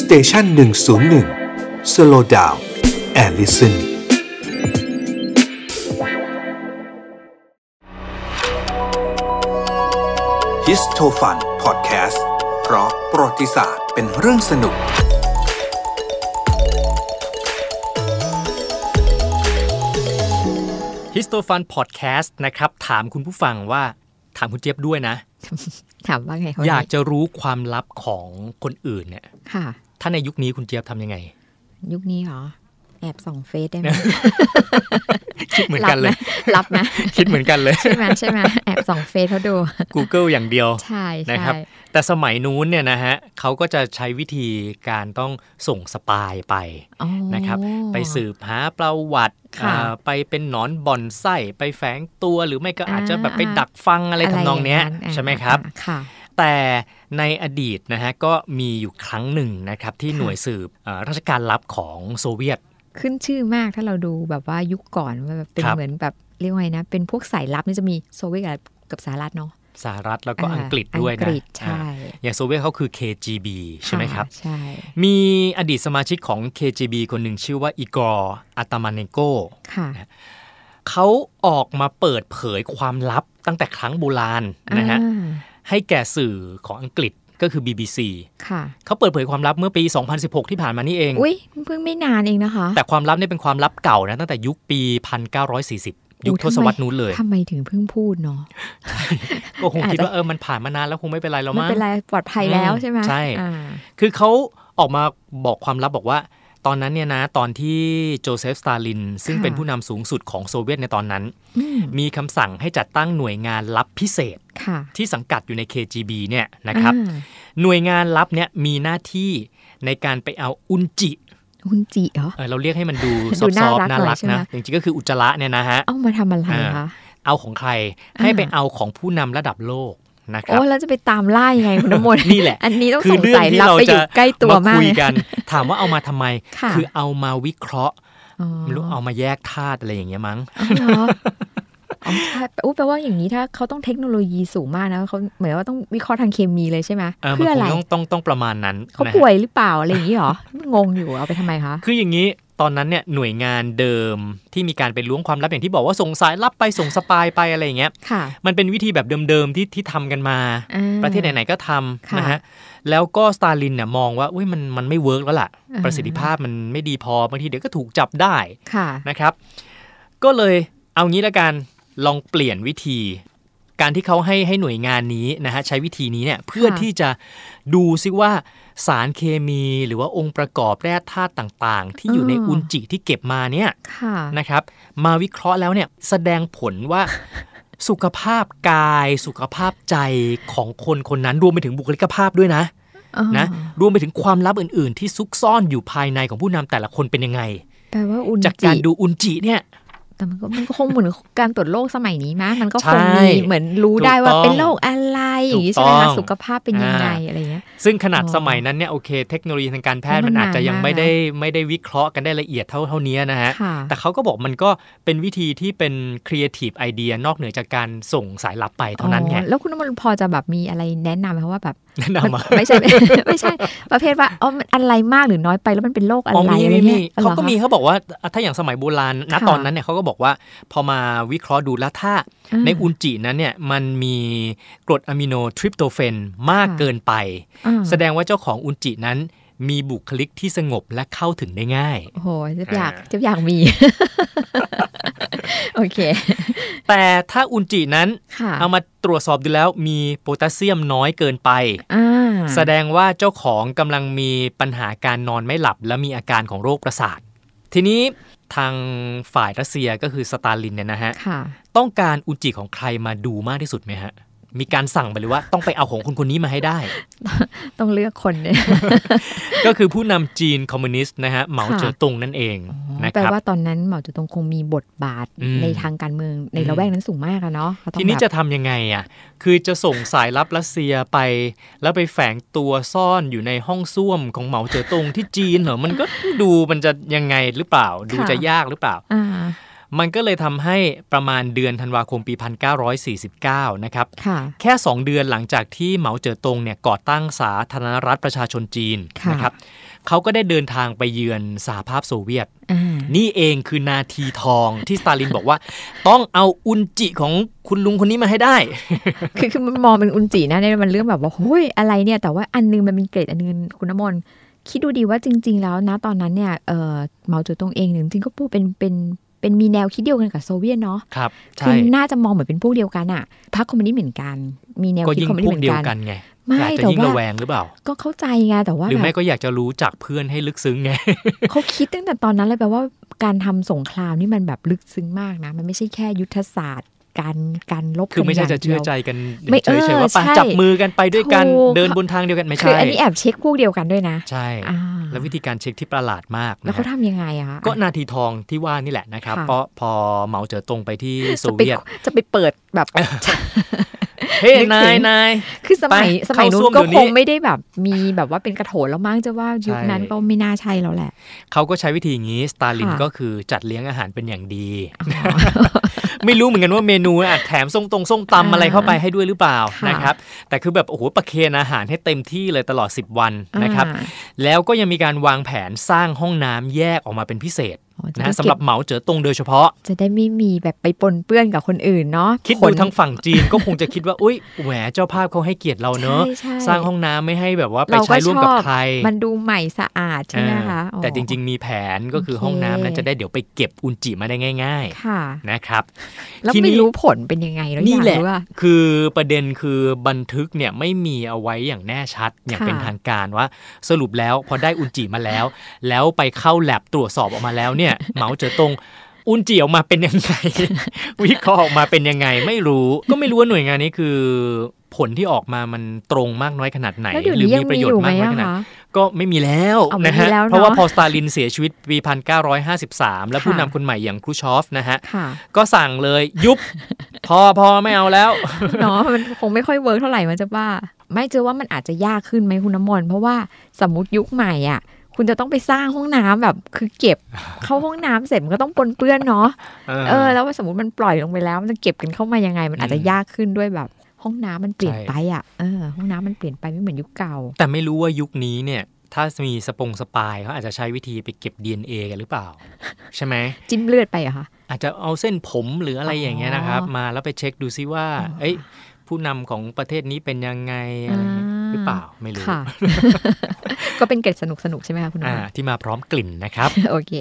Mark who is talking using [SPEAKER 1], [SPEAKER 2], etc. [SPEAKER 1] สเตชันหนึ่งศูนย์หนึ่งสโลดาวแอลลิสัน ฮิสโทฟันพอดแคสต์เพราะประวัติศาสตร์เป็นเรื่องสนุก
[SPEAKER 2] ฮิสโตฟันพอดแคสต์นะครับ ถามคุณผู้ฟังว่าถามคุณเจี๊ยบด้วยนะ
[SPEAKER 3] ถามว่าไงคะ
[SPEAKER 2] อยากจะรู้ความลับของคนอื่นเนี่ย
[SPEAKER 3] ค่ะ
[SPEAKER 2] ถ้าในยุคนี้คุณเจี๊ยบทำยังไง
[SPEAKER 3] ยุคนี้เหรอ แอบส่องเฟซได้ไหม
[SPEAKER 2] คิด เหมือนกันเลย
[SPEAKER 3] รับนะ
[SPEAKER 2] คิดเหมือนกัน เลย
[SPEAKER 3] ใช่ไหมใช่ไหมแอบส่องเฟซเขาดู
[SPEAKER 2] Google อย่างเดียว
[SPEAKER 3] ใช่
[SPEAKER 2] นะครั
[SPEAKER 3] ใช่
[SPEAKER 2] บ แต่สมัยนู้นเนี่ยนะฮะเขาก็จะใช้วิธีการต้องส่งสปายไป
[SPEAKER 3] อ๋อ
[SPEAKER 2] นะครับ ไปสืบหาประวัติ
[SPEAKER 3] ค่ะ
[SPEAKER 2] อ่าไปเป็นหนอนบ่อนไส้ไปแฝงตัวหรือไม่ก็อาจจะแบบไป
[SPEAKER 3] อ่า
[SPEAKER 2] ดักฟังอะไรทำนองเนี้ย
[SPEAKER 3] ะรอย่า
[SPEAKER 2] ใช่ไหมครับ
[SPEAKER 3] อ่าค่ะ
[SPEAKER 2] แต่ในอดีตนะฮะก็มีอยู่ครั้งหนึ่งนะครับ ที่หน่วยสืบเอ่อราชการลับของโซเวียต
[SPEAKER 3] ขึ้นชื่อมากถ้าเราดูแบบว่ายุคก่อนว่าแบบเป็น
[SPEAKER 2] ครับ
[SPEAKER 3] เหมือนแบบเรียกว่าไงนะ เป็นพวกสายลับนี่จะมีโซเวียตกับกับสหรัฐเนาะ
[SPEAKER 2] สหรัฐแล้วก็
[SPEAKER 3] า
[SPEAKER 2] อังกฤษด้วย
[SPEAKER 3] อัง
[SPEAKER 2] นะ
[SPEAKER 3] กฤษ
[SPEAKER 2] อ่า
[SPEAKER 3] ใช่
[SPEAKER 2] อย่างโซเวียตเขาคือ KGB ใช่ไหมครับ
[SPEAKER 3] ะใช่
[SPEAKER 2] มีอดีตสมาชิกของ KGB คนหนึ่งชื่อว่าอีกอร์อัตมาเนโก
[SPEAKER 3] ค่ะ
[SPEAKER 2] เขาออกมาเปิดเผยความลับตั้งแต่ครั้งโบราณนะฮะ
[SPEAKER 3] อ่า
[SPEAKER 2] ให้แก่สื่อของอังกฤษก็คือ BBC
[SPEAKER 3] ค่ะ
[SPEAKER 2] เขาเปิดเผยความลับเมื่อปี 2016 ที่ผ่านมานี่เอง
[SPEAKER 3] อุ้ยเพิ่งไม่นานเองนะคะ
[SPEAKER 2] แต่ความลับเนี่ยเป็นความลับเก่านะตั้งแต่ยุคปี 1940 ยุคทศวรรษนู้นเลย
[SPEAKER 3] ทำไมถึงเพิ่งพูดเนาะ
[SPEAKER 2] ก็คงคิด
[SPEAKER 3] อาจจะ
[SPEAKER 2] ว่าเออมันผ่านมานานแล้วคงไม่เป็นไรแล้ว
[SPEAKER 3] ไม่
[SPEAKER 2] มั้ง
[SPEAKER 3] เป็นไรปลอดภัยแล้ว
[SPEAKER 2] อืม
[SPEAKER 3] ใช่ไหม
[SPEAKER 2] ใช่
[SPEAKER 3] อ่า
[SPEAKER 2] คือเขาออกมาบอกความลับบอกว่า ตอนนั้นเนี่ยนะตอนที่โจเซฟสตาลิน ซึ่งเป็นผู้นำสูงสุดของโซเวียตในตอนนั้น
[SPEAKER 3] อืม
[SPEAKER 2] มีคำสั่งให้จัดตั้งหน่วยงานลับพิเศษ
[SPEAKER 3] ค่ะ
[SPEAKER 2] ที่สังกัดอยู่ใน KGB เนี่ยนะครับ
[SPEAKER 3] อ่า
[SPEAKER 2] หน่วยงานลับเนี่ยมีหน้าที่ในการไปเอาอุนจิ
[SPEAKER 3] คุณจีเหรอ
[SPEAKER 2] เออเราเรียกให้มันดูซ
[SPEAKER 3] ดู
[SPEAKER 2] อ
[SPEAKER 3] น่า
[SPEAKER 2] ฟ
[SPEAKER 3] รั
[SPEAKER 2] ต์ๆ
[SPEAKER 3] ก
[SPEAKER 2] น่ารัก
[SPEAKER 3] หน่อยใช่ไหม
[SPEAKER 2] นะจริงๆก็คืออุจจาระเนี่ยนะฮะ
[SPEAKER 3] เอามาทำอะไร
[SPEAKER 2] อ่า
[SPEAKER 3] คะ
[SPEAKER 2] เอาของใครให้
[SPEAKER 3] อ่า
[SPEAKER 2] ไปเอาของผู้นำระดับโลกนะค
[SPEAKER 3] โอ้
[SPEAKER 2] รับ
[SPEAKER 3] แล้วจะไปตามล่ายังไงคุณน้ำมนต์
[SPEAKER 2] นี่แหละ
[SPEAKER 3] อันนี้ต้อง
[SPEAKER 2] คือ
[SPEAKER 3] สงสัย
[SPEAKER 2] เรื่องที่เรา
[SPEAKER 3] รับไป
[SPEAKER 2] จะ
[SPEAKER 3] อยู่ใกล้ตัว
[SPEAKER 2] มาม
[SPEAKER 3] าก
[SPEAKER 2] คุย
[SPEAKER 3] เลย
[SPEAKER 2] กัน ถามว่าเอามาทำไม
[SPEAKER 3] ค่ะ
[SPEAKER 2] อเอามาวิเคราะห์
[SPEAKER 3] อ๋อ
[SPEAKER 2] ไม่รู้เอามาแยกธาตุอะไรอย่างเงี้ยมั้ง
[SPEAKER 3] อ๋อเหรออ๋อใช่อู้แปลว่าอย่างนี้ถ้าเขาต้องเทคโนโลยีสูงมากนะเขาเหมือนว่าต้องวิเคราะห์ทางเคมีเลยใช่ไหม
[SPEAKER 2] เออมัน
[SPEAKER 3] เพื่
[SPEAKER 2] ค
[SPEAKER 3] ออะ
[SPEAKER 2] ง
[SPEAKER 3] ไร
[SPEAKER 2] ต้องต้องต้องประมาณนั้น
[SPEAKER 3] เขา
[SPEAKER 2] นะ
[SPEAKER 3] ป่ว
[SPEAKER 2] ฮะ
[SPEAKER 3] ยหรือเปล่าอะไรอย่างนี้เหรองงอยู่เอาไปทำไมคะ
[SPEAKER 2] คืออย่างนี้ตอนนั้นเนี่ยหน่วยงานเดิมที่มีการไปล้วงความลับอย่างที่บอกว่าส่งสายลับไปส่งสปายไปอะไรอย่างเงี้ย
[SPEAKER 3] ค่ะ
[SPEAKER 2] มันเป็นวิธีแบบเดิมๆที่ที่ทำกันมา
[SPEAKER 3] อ่า
[SPEAKER 2] ประเทศไหนๆก็ทำ
[SPEAKER 3] ค่ะ
[SPEAKER 2] นะฮะแล้วก็สตาลินเนี่ยมองว่าอุ้ยมันมันไม่เวิร์กแล้วล่ะ
[SPEAKER 3] อ่า
[SPEAKER 2] ประสิทธิภาพมันไม่ดีพอบางทีเดี๋ยวก็ถูกจับได้
[SPEAKER 3] ค่ะ
[SPEAKER 2] นะครับ ก็เลยเอางี้ละกันลองเปลี่ยนวิธี การที่เขาให้ให้หน่วยงานนี้นะฮะใช้วิธีนี้เนี่ยเพื่อที่จะดูซิว่าสารเคมีหรือว่าองค์ประกอบแร่ธาตุต่างๆ ที่อยู่ใน
[SPEAKER 3] อ๋ออุ
[SPEAKER 2] อุจจิที่เก็บมาเนี่ย
[SPEAKER 3] ค่ะ
[SPEAKER 2] นะครับ มาวิเคราะห์แล้วเนี่ยแสดงผลว่า สุขภาพกาย สุขภาพใจของคนคนนั้นรวมไปถึงบุคลิกภาพด้วยนะนะ รวมไปถึงความลับอื่น ๆ ที่ซุกซ่อนอยู่ภายในของผู้นำแต่ละคนเป็นยังไง
[SPEAKER 3] แปลว่าอุน
[SPEAKER 2] จาก
[SPEAKER 3] จิ
[SPEAKER 2] การดูอุจจิเนี่ย
[SPEAKER 3] แต่มันก็มันก็คงเหมือนการตรวจโรคสมัยนี้มั้ยมันก็คง
[SPEAKER 2] ใช่
[SPEAKER 3] มีเหมือนรู้ได้ว่า
[SPEAKER 2] ถูกต้อง
[SPEAKER 3] เป็นโรคอะไรอย่างนี้
[SPEAKER 2] ถู
[SPEAKER 3] ใช่
[SPEAKER 2] ก
[SPEAKER 3] ไหม
[SPEAKER 2] ต้อง
[SPEAKER 3] คะสุขภาพเป็นยังไง
[SPEAKER 2] อ่า
[SPEAKER 3] อะไรเงี้ย
[SPEAKER 2] ซึ่งขนาด
[SPEAKER 3] อ๋อ
[SPEAKER 2] สมัยนั้นเนี่ยโอเค เทคโนโลยีทางการแพทย์
[SPEAKER 3] มั
[SPEAKER 2] มัน
[SPEAKER 3] น
[SPEAKER 2] อาจจะยัง
[SPEAKER 3] นานมาก
[SPEAKER 2] ไม่ได้ไม่ได้วิเคราะห์กันได้ละเอียดเท่าเท่านี้นะฮะ
[SPEAKER 3] ค่ะ
[SPEAKER 2] แต่เขาก็บอกมันก็เป็นวิธีที่เป็นครีเอทีฟไอเดียนอกเหนือจากการส่งสายลับไปเท่านั้นไง
[SPEAKER 3] อ๋อแล้วคุณน้ำมันพอจะแบบมีอะไรแนะนำไหมคะว่าแบบ
[SPEAKER 2] แนะนำมา
[SPEAKER 3] ไม่ใช่ ไม่ใช่ ประเภทว่าอ๋อมันอะไรมากหรือน้อยไปแล้วมันเป็นโรคอะไร
[SPEAKER 2] อ๋อมี
[SPEAKER 3] อะไร
[SPEAKER 2] มีมี
[SPEAKER 3] เงี้ย
[SPEAKER 2] เขาก็มี
[SPEAKER 3] หรอ
[SPEAKER 2] เขาบอกว่าถ้าอย่างสมัยโบราณณ
[SPEAKER 3] ค่ะ
[SPEAKER 2] ตอนนั้นเนี่ยเขาก็บอกว่าพอมาวิเคราะห์ดูแล้วถ้า
[SPEAKER 3] คะ
[SPEAKER 2] ในอุจจินั้นเนี่ยมันมีกรดอะมิโนทริปโตเฟนมาก
[SPEAKER 3] ค่ะ
[SPEAKER 2] เกินไป
[SPEAKER 3] อ่า
[SPEAKER 2] แสดงว่าเจ้าของอุจจินั้น มีบุคลิกที่สงบและเข้าถึงได้ง่าย
[SPEAKER 3] โอ้โหเจะอยาก
[SPEAKER 2] อ่า
[SPEAKER 3] เจะอยากมี โอเค
[SPEAKER 2] แต่ถ้าอุจจินั้น
[SPEAKER 3] ค่ะ
[SPEAKER 2] เอามาตรวจสอบดูแล้วมีโพแทสเซียมน้อยเกินไป
[SPEAKER 3] อ่า
[SPEAKER 2] แสดงว่าเจ้าของกำลังมีปัญหาการนอนไม่หลับ และมีอาการของโรคประสาท ทีนี้ทางฝ่ายรัสเซียก็คือสตาลินเนี่ยนะฮะ
[SPEAKER 3] ค่ะ
[SPEAKER 2] ต้องการอุจิของใครมาดูมากที่สุดไหมฮะ มีการสั่งไปเลยว่าต้องไปเอาของคนคนนี้มาให้ได้
[SPEAKER 3] ต้องเลือกคนเนี่ย
[SPEAKER 2] ก็คือผู้นำจีนคอมมิวนิสต์นะฮะเหมาเจ๋อตุงนั่นเองนะ
[SPEAKER 3] แปล
[SPEAKER 2] ครับ
[SPEAKER 3] ว่าตอนนั้นเหมาเจ๋อตงคงมีบทบาท
[SPEAKER 2] อืม
[SPEAKER 3] ในทางการเมืองใน
[SPEAKER 2] อืม
[SPEAKER 3] ละแวกนั้นสูงมากอะเนาะก็ต้อง
[SPEAKER 2] ทีนี้
[SPEAKER 3] แบบ
[SPEAKER 2] จะทำยังไงอ่ะ คือจะส่งสายลับรัสเซียไป แล้วไปแฝงตัวซ่อนอยู่ในห้องส้วมของเหมาเจ๋อตงที่จีนเหรอ มันก็ดูมันจะยังไงหรือเปล่า ดู
[SPEAKER 3] ค่ะ
[SPEAKER 2] จะยากหรือเปล่า
[SPEAKER 3] อ่า
[SPEAKER 2] มันก็เลยทำให้ประมาณเดือนธันวาคมปี 1949 นะครับ
[SPEAKER 3] ค่ะ
[SPEAKER 2] แค่ 2 เดือนหลังจากที่เหมาเจ๋อตงเนี่ยก่อตั้งสาธารณรัฐประชาชนจีน
[SPEAKER 3] ค่ะ
[SPEAKER 2] นะครับเขาก็ได้เดินทางไปเยือนสหภาพโซเวียต
[SPEAKER 3] อ่า
[SPEAKER 2] นี่เองคือนาทีทองที่สตาลินบอกว่า ต้องเอาอุนจิของคุณลุงคนนี้มาให้ได้
[SPEAKER 3] คือคือมันมองเป็นอุนจีนะในมันเรื่องแบบว่าโอ้ยอะไรเนี่ย แต่ว่าอันนึงมันเป็นเกรดอันนึงคุณน้ำมนต์คิดดูดีว่าจริง ๆ แล้วนะตอนนั้นเนี่ยเออเหมาเจ๋อตงเองเนี่ยจริงๆก็พูดเป็นเป็นเป็นมีแนวคิดเดียวกันกับโซเวียตเนาะ
[SPEAKER 2] ครับ
[SPEAKER 3] คื
[SPEAKER 2] ใช่
[SPEAKER 3] น่าจะมองเหมือนเป็นพวกเดียวกันอะพรรคคอมมิวนิสต์เหมือนกัน มีแนว
[SPEAKER 2] ก็
[SPEAKER 3] คิด
[SPEAKER 2] ยิ่ง
[SPEAKER 3] คอมมิวนิส
[SPEAKER 2] พ
[SPEAKER 3] ต์
[SPEAKER 2] วก
[SPEAKER 3] เหมือ
[SPEAKER 2] เดียว
[SPEAKER 3] นกัน
[SPEAKER 2] กันไง
[SPEAKER 3] ไม่
[SPEAKER 2] อยากจะ
[SPEAKER 3] แต่
[SPEAKER 2] ยิ่ง
[SPEAKER 3] ว่า
[SPEAKER 2] ระแวงหรือเปล่า
[SPEAKER 3] ก็เข้าใจไงแต่ว่า
[SPEAKER 2] หรือ
[SPEAKER 3] แบ
[SPEAKER 2] ไม่
[SPEAKER 3] บ
[SPEAKER 2] ก็อยากจะรู้จากเพื่อนให้ลึกซึ้งไง
[SPEAKER 3] เขาคิดตั้งแต่ตอนนั้นเลยแปลว่าการทำสงครามนี่มันแบบลึกซึ้งมากนะ มันไม่ใช่แค่ยุทธศาสตร์ การการลบ
[SPEAKER 2] คือไม่ใช่
[SPEAKER 3] กัน
[SPEAKER 2] จะ
[SPEAKER 3] ย่าง
[SPEAKER 2] เชื่อ
[SPEAKER 3] ดียว
[SPEAKER 2] ใจกัน
[SPEAKER 3] ไม่
[SPEAKER 2] เฉย
[SPEAKER 3] เอ
[SPEAKER 2] ๆ
[SPEAKER 3] อ
[SPEAKER 2] ว่าไป
[SPEAKER 3] ใช่
[SPEAKER 2] จับมือกันไปด้วยกัน
[SPEAKER 3] ถูก
[SPEAKER 2] เดินบนทางเดียวกันไม่
[SPEAKER 3] คือ
[SPEAKER 2] ใช่
[SPEAKER 3] อันนี้แอบเช็คพวกเดียวกันด้วยนะ
[SPEAKER 2] ใช่
[SPEAKER 3] อ่า
[SPEAKER 2] และวิธีการเช็คที่ประหลาดมาก
[SPEAKER 3] แล้ว
[SPEAKER 2] นะ
[SPEAKER 3] เขา
[SPEAKER 2] ฮะ
[SPEAKER 3] ทำยังไงอะคะ
[SPEAKER 2] ก็นาทีทองที่ว่านี่แหละนะครับ
[SPEAKER 3] ค่ะ
[SPEAKER 2] เพราะพอเหมาเจ๋อตงไปที่โซ
[SPEAKER 3] จะไป
[SPEAKER 2] เวียต
[SPEAKER 3] จะไปเปิดแบบ
[SPEAKER 2] เฮ้ย
[SPEAKER 3] นึกถึง
[SPEAKER 2] นายนาย
[SPEAKER 3] คือสมัย
[SPEAKER 2] ไป
[SPEAKER 3] สมัย
[SPEAKER 2] เข้า
[SPEAKER 3] นู้
[SPEAKER 2] ส้วม
[SPEAKER 3] นก็
[SPEAKER 2] เดี๋ยวนี้
[SPEAKER 3] คงไม่ได้แบบมีแบบว่าเป็นกระโถนแล้วมั้งจะว่ายุคนั้น
[SPEAKER 2] ใช่
[SPEAKER 3] ก็ไม่น่าใช่แล้วแหละ
[SPEAKER 2] เขาก็ใช้วิธีอย่างนี้สตาลิน
[SPEAKER 3] ค่ะ
[SPEAKER 2] ก็คือจัดเลี้ยงอาหารเป็นอย่างดี ไม่รู้เหมือนกันว่าเมนูน่ะอาจแถมส้มตรงส้มตำอะไรเข้าไปให้ด้วยหรือเปล่า
[SPEAKER 3] ค่ะ
[SPEAKER 2] นะครับแต่คือแบบโอ้โหประเคนอาหารให้เต็มที่เลยตลอด 10 วันนะครับ
[SPEAKER 3] อ่า
[SPEAKER 2] แล้วก็ยังมีการวางแผนสร้างห้องน้ำแยกออกมาเป็นพิเศษ
[SPEAKER 3] อ๋อจะ
[SPEAKER 2] นะ
[SPEAKER 3] ได้
[SPEAKER 2] ฮะ
[SPEAKER 3] เก็
[SPEAKER 2] สำหรับเหมาเจ๋อตงโดยเฉพาะ
[SPEAKER 3] จะได้ไม่มีแบบไปปนเปื้อนกับคนอื่นเนาะ
[SPEAKER 2] คิด
[SPEAKER 3] ผ
[SPEAKER 2] ดู
[SPEAKER 3] ล
[SPEAKER 2] ทางฝั่งจีนก็คงจะคิดว่า อุ้ยแหมเจ้าภาพเขาให้เกียรติเราเนอะ
[SPEAKER 3] ใช่
[SPEAKER 2] สร้างห้องน้ำไม่ให้แบบว่าไป
[SPEAKER 3] เรา
[SPEAKER 2] ใช้ร่วมกับ
[SPEAKER 3] ชอ
[SPEAKER 2] ใคร
[SPEAKER 3] มันดูใหม่สะอาดใช่ไหมคะ
[SPEAKER 2] เออแต่จริง ๆ มีแผนก็คือห้องน้ำนั้นจะได้เดี๋ยวไปเก็บอุจจิมาได้ง่าย
[SPEAKER 3] ๆค่ะ
[SPEAKER 2] ๆ นะครับ
[SPEAKER 3] แล้ว
[SPEAKER 2] ทีนี้
[SPEAKER 3] ไม่รู้ผลเป็นยังไงแล้วอ
[SPEAKER 2] นี่
[SPEAKER 3] ยาก
[SPEAKER 2] แหละ
[SPEAKER 3] รู้ว่า
[SPEAKER 2] คือประเด็นคือบันทึกเนี่ยไม่มีเอาไว้อย่างแน่ชัดอย่าง
[SPEAKER 3] ค่ะ
[SPEAKER 2] เป็นทางการว่า สรุปแล้วพอได้อุจจิมา แล้ว แล้วไปเข้าแลบตรวจสอบออกมาแล้วเนี่ย เหมาเจ๋อตงอุนจิออกมาเป็นยังไง วิเคราะห์ออกมาเป็นยังไงไม่รู้ ก็ไม่รู้ว่าหน่วยงานนี้คือ ผลที่ออกมามันตรงมากน้อยขนาดไหน
[SPEAKER 3] แล้วเดี๋ยว
[SPEAKER 2] หรื
[SPEAKER 3] นี้ยั
[SPEAKER 2] มีประ
[SPEAKER 3] งมี
[SPEAKER 2] โย
[SPEAKER 3] อ
[SPEAKER 2] ช
[SPEAKER 3] ยู่
[SPEAKER 2] น์
[SPEAKER 3] ไหม
[SPEAKER 2] มากน้อย
[SPEAKER 3] อะ
[SPEAKER 2] ขนาดไหน
[SPEAKER 3] คะ
[SPEAKER 2] ก็ไม่มีแล้ว
[SPEAKER 3] เอาไม่
[SPEAKER 2] นะ
[SPEAKER 3] มี
[SPEAKER 2] ฮะ
[SPEAKER 3] แล้วเนอะ
[SPEAKER 2] เพราะว่าพอสตาลินเสียชีวิตปี 1953 และผู้
[SPEAKER 3] ค่ะ
[SPEAKER 2] นำคนใหม่อย่างครูชอฟนะฮะ
[SPEAKER 3] ค่ะ
[SPEAKER 2] ก็สั่งเลยยุบ พอพอไม่เอาแล้ว
[SPEAKER 3] เนาะมันคงไม่ค่อยเวิร์กเท่าไหร่มันจะว่าไม่เจอว่ามันอาจจะยากขึ้นไหมคุณน้ำมนต์เพราะว่าสมมติยุคใหม่อ่ะ คุณจะต้องไปสร้างห้องน้ำแบบ คือเก็บ เข้าห้องน้ำเสร็จมันก็ต้องปนเปื้อนเนาะเออแล้วว่าสมมติมันปล่อยลงไปแล้วมันจะเก็บกันเข้ามายังไง มันอาจจะยากขึ้นด้วยแบบ ห้องน้ำมันเปลี่ยนไปอ่ะเออห้องน้ำมันเปลี่ยนไปไม่เหมือนยุคเก่า
[SPEAKER 2] แต่ไม่รู้ว่ายุคนี้เนี่ย ถ้ามีสปงสปายเขาอาจจะใช้วิธีไปเก็บ DNA กันหรือเปล่า ใช่ไหม
[SPEAKER 3] จิ้มเลือดไปเหรอะคะ
[SPEAKER 2] อาจจะเอาเส้นผมหรืออะไรอย่างเงี้ยนะครับ
[SPEAKER 3] อ๋อ
[SPEAKER 2] มาแล้วไปเช็คดูซิว่า
[SPEAKER 3] อ๋อ
[SPEAKER 2] เอ้ย ผู้นำของประเทศนี้เป็นยังไงอะไรอย่างเงี้ย
[SPEAKER 3] อ่า
[SPEAKER 2] หรือเปล่าไม่รู้
[SPEAKER 3] ค่ะ ก็เป็นเกร็ดสนุกๆใช่ไหมคะคุณน้ำ
[SPEAKER 2] อ่าม
[SPEAKER 3] นต์
[SPEAKER 2] ที่มาพร้อมกลิ่นนะครับ
[SPEAKER 3] โอเค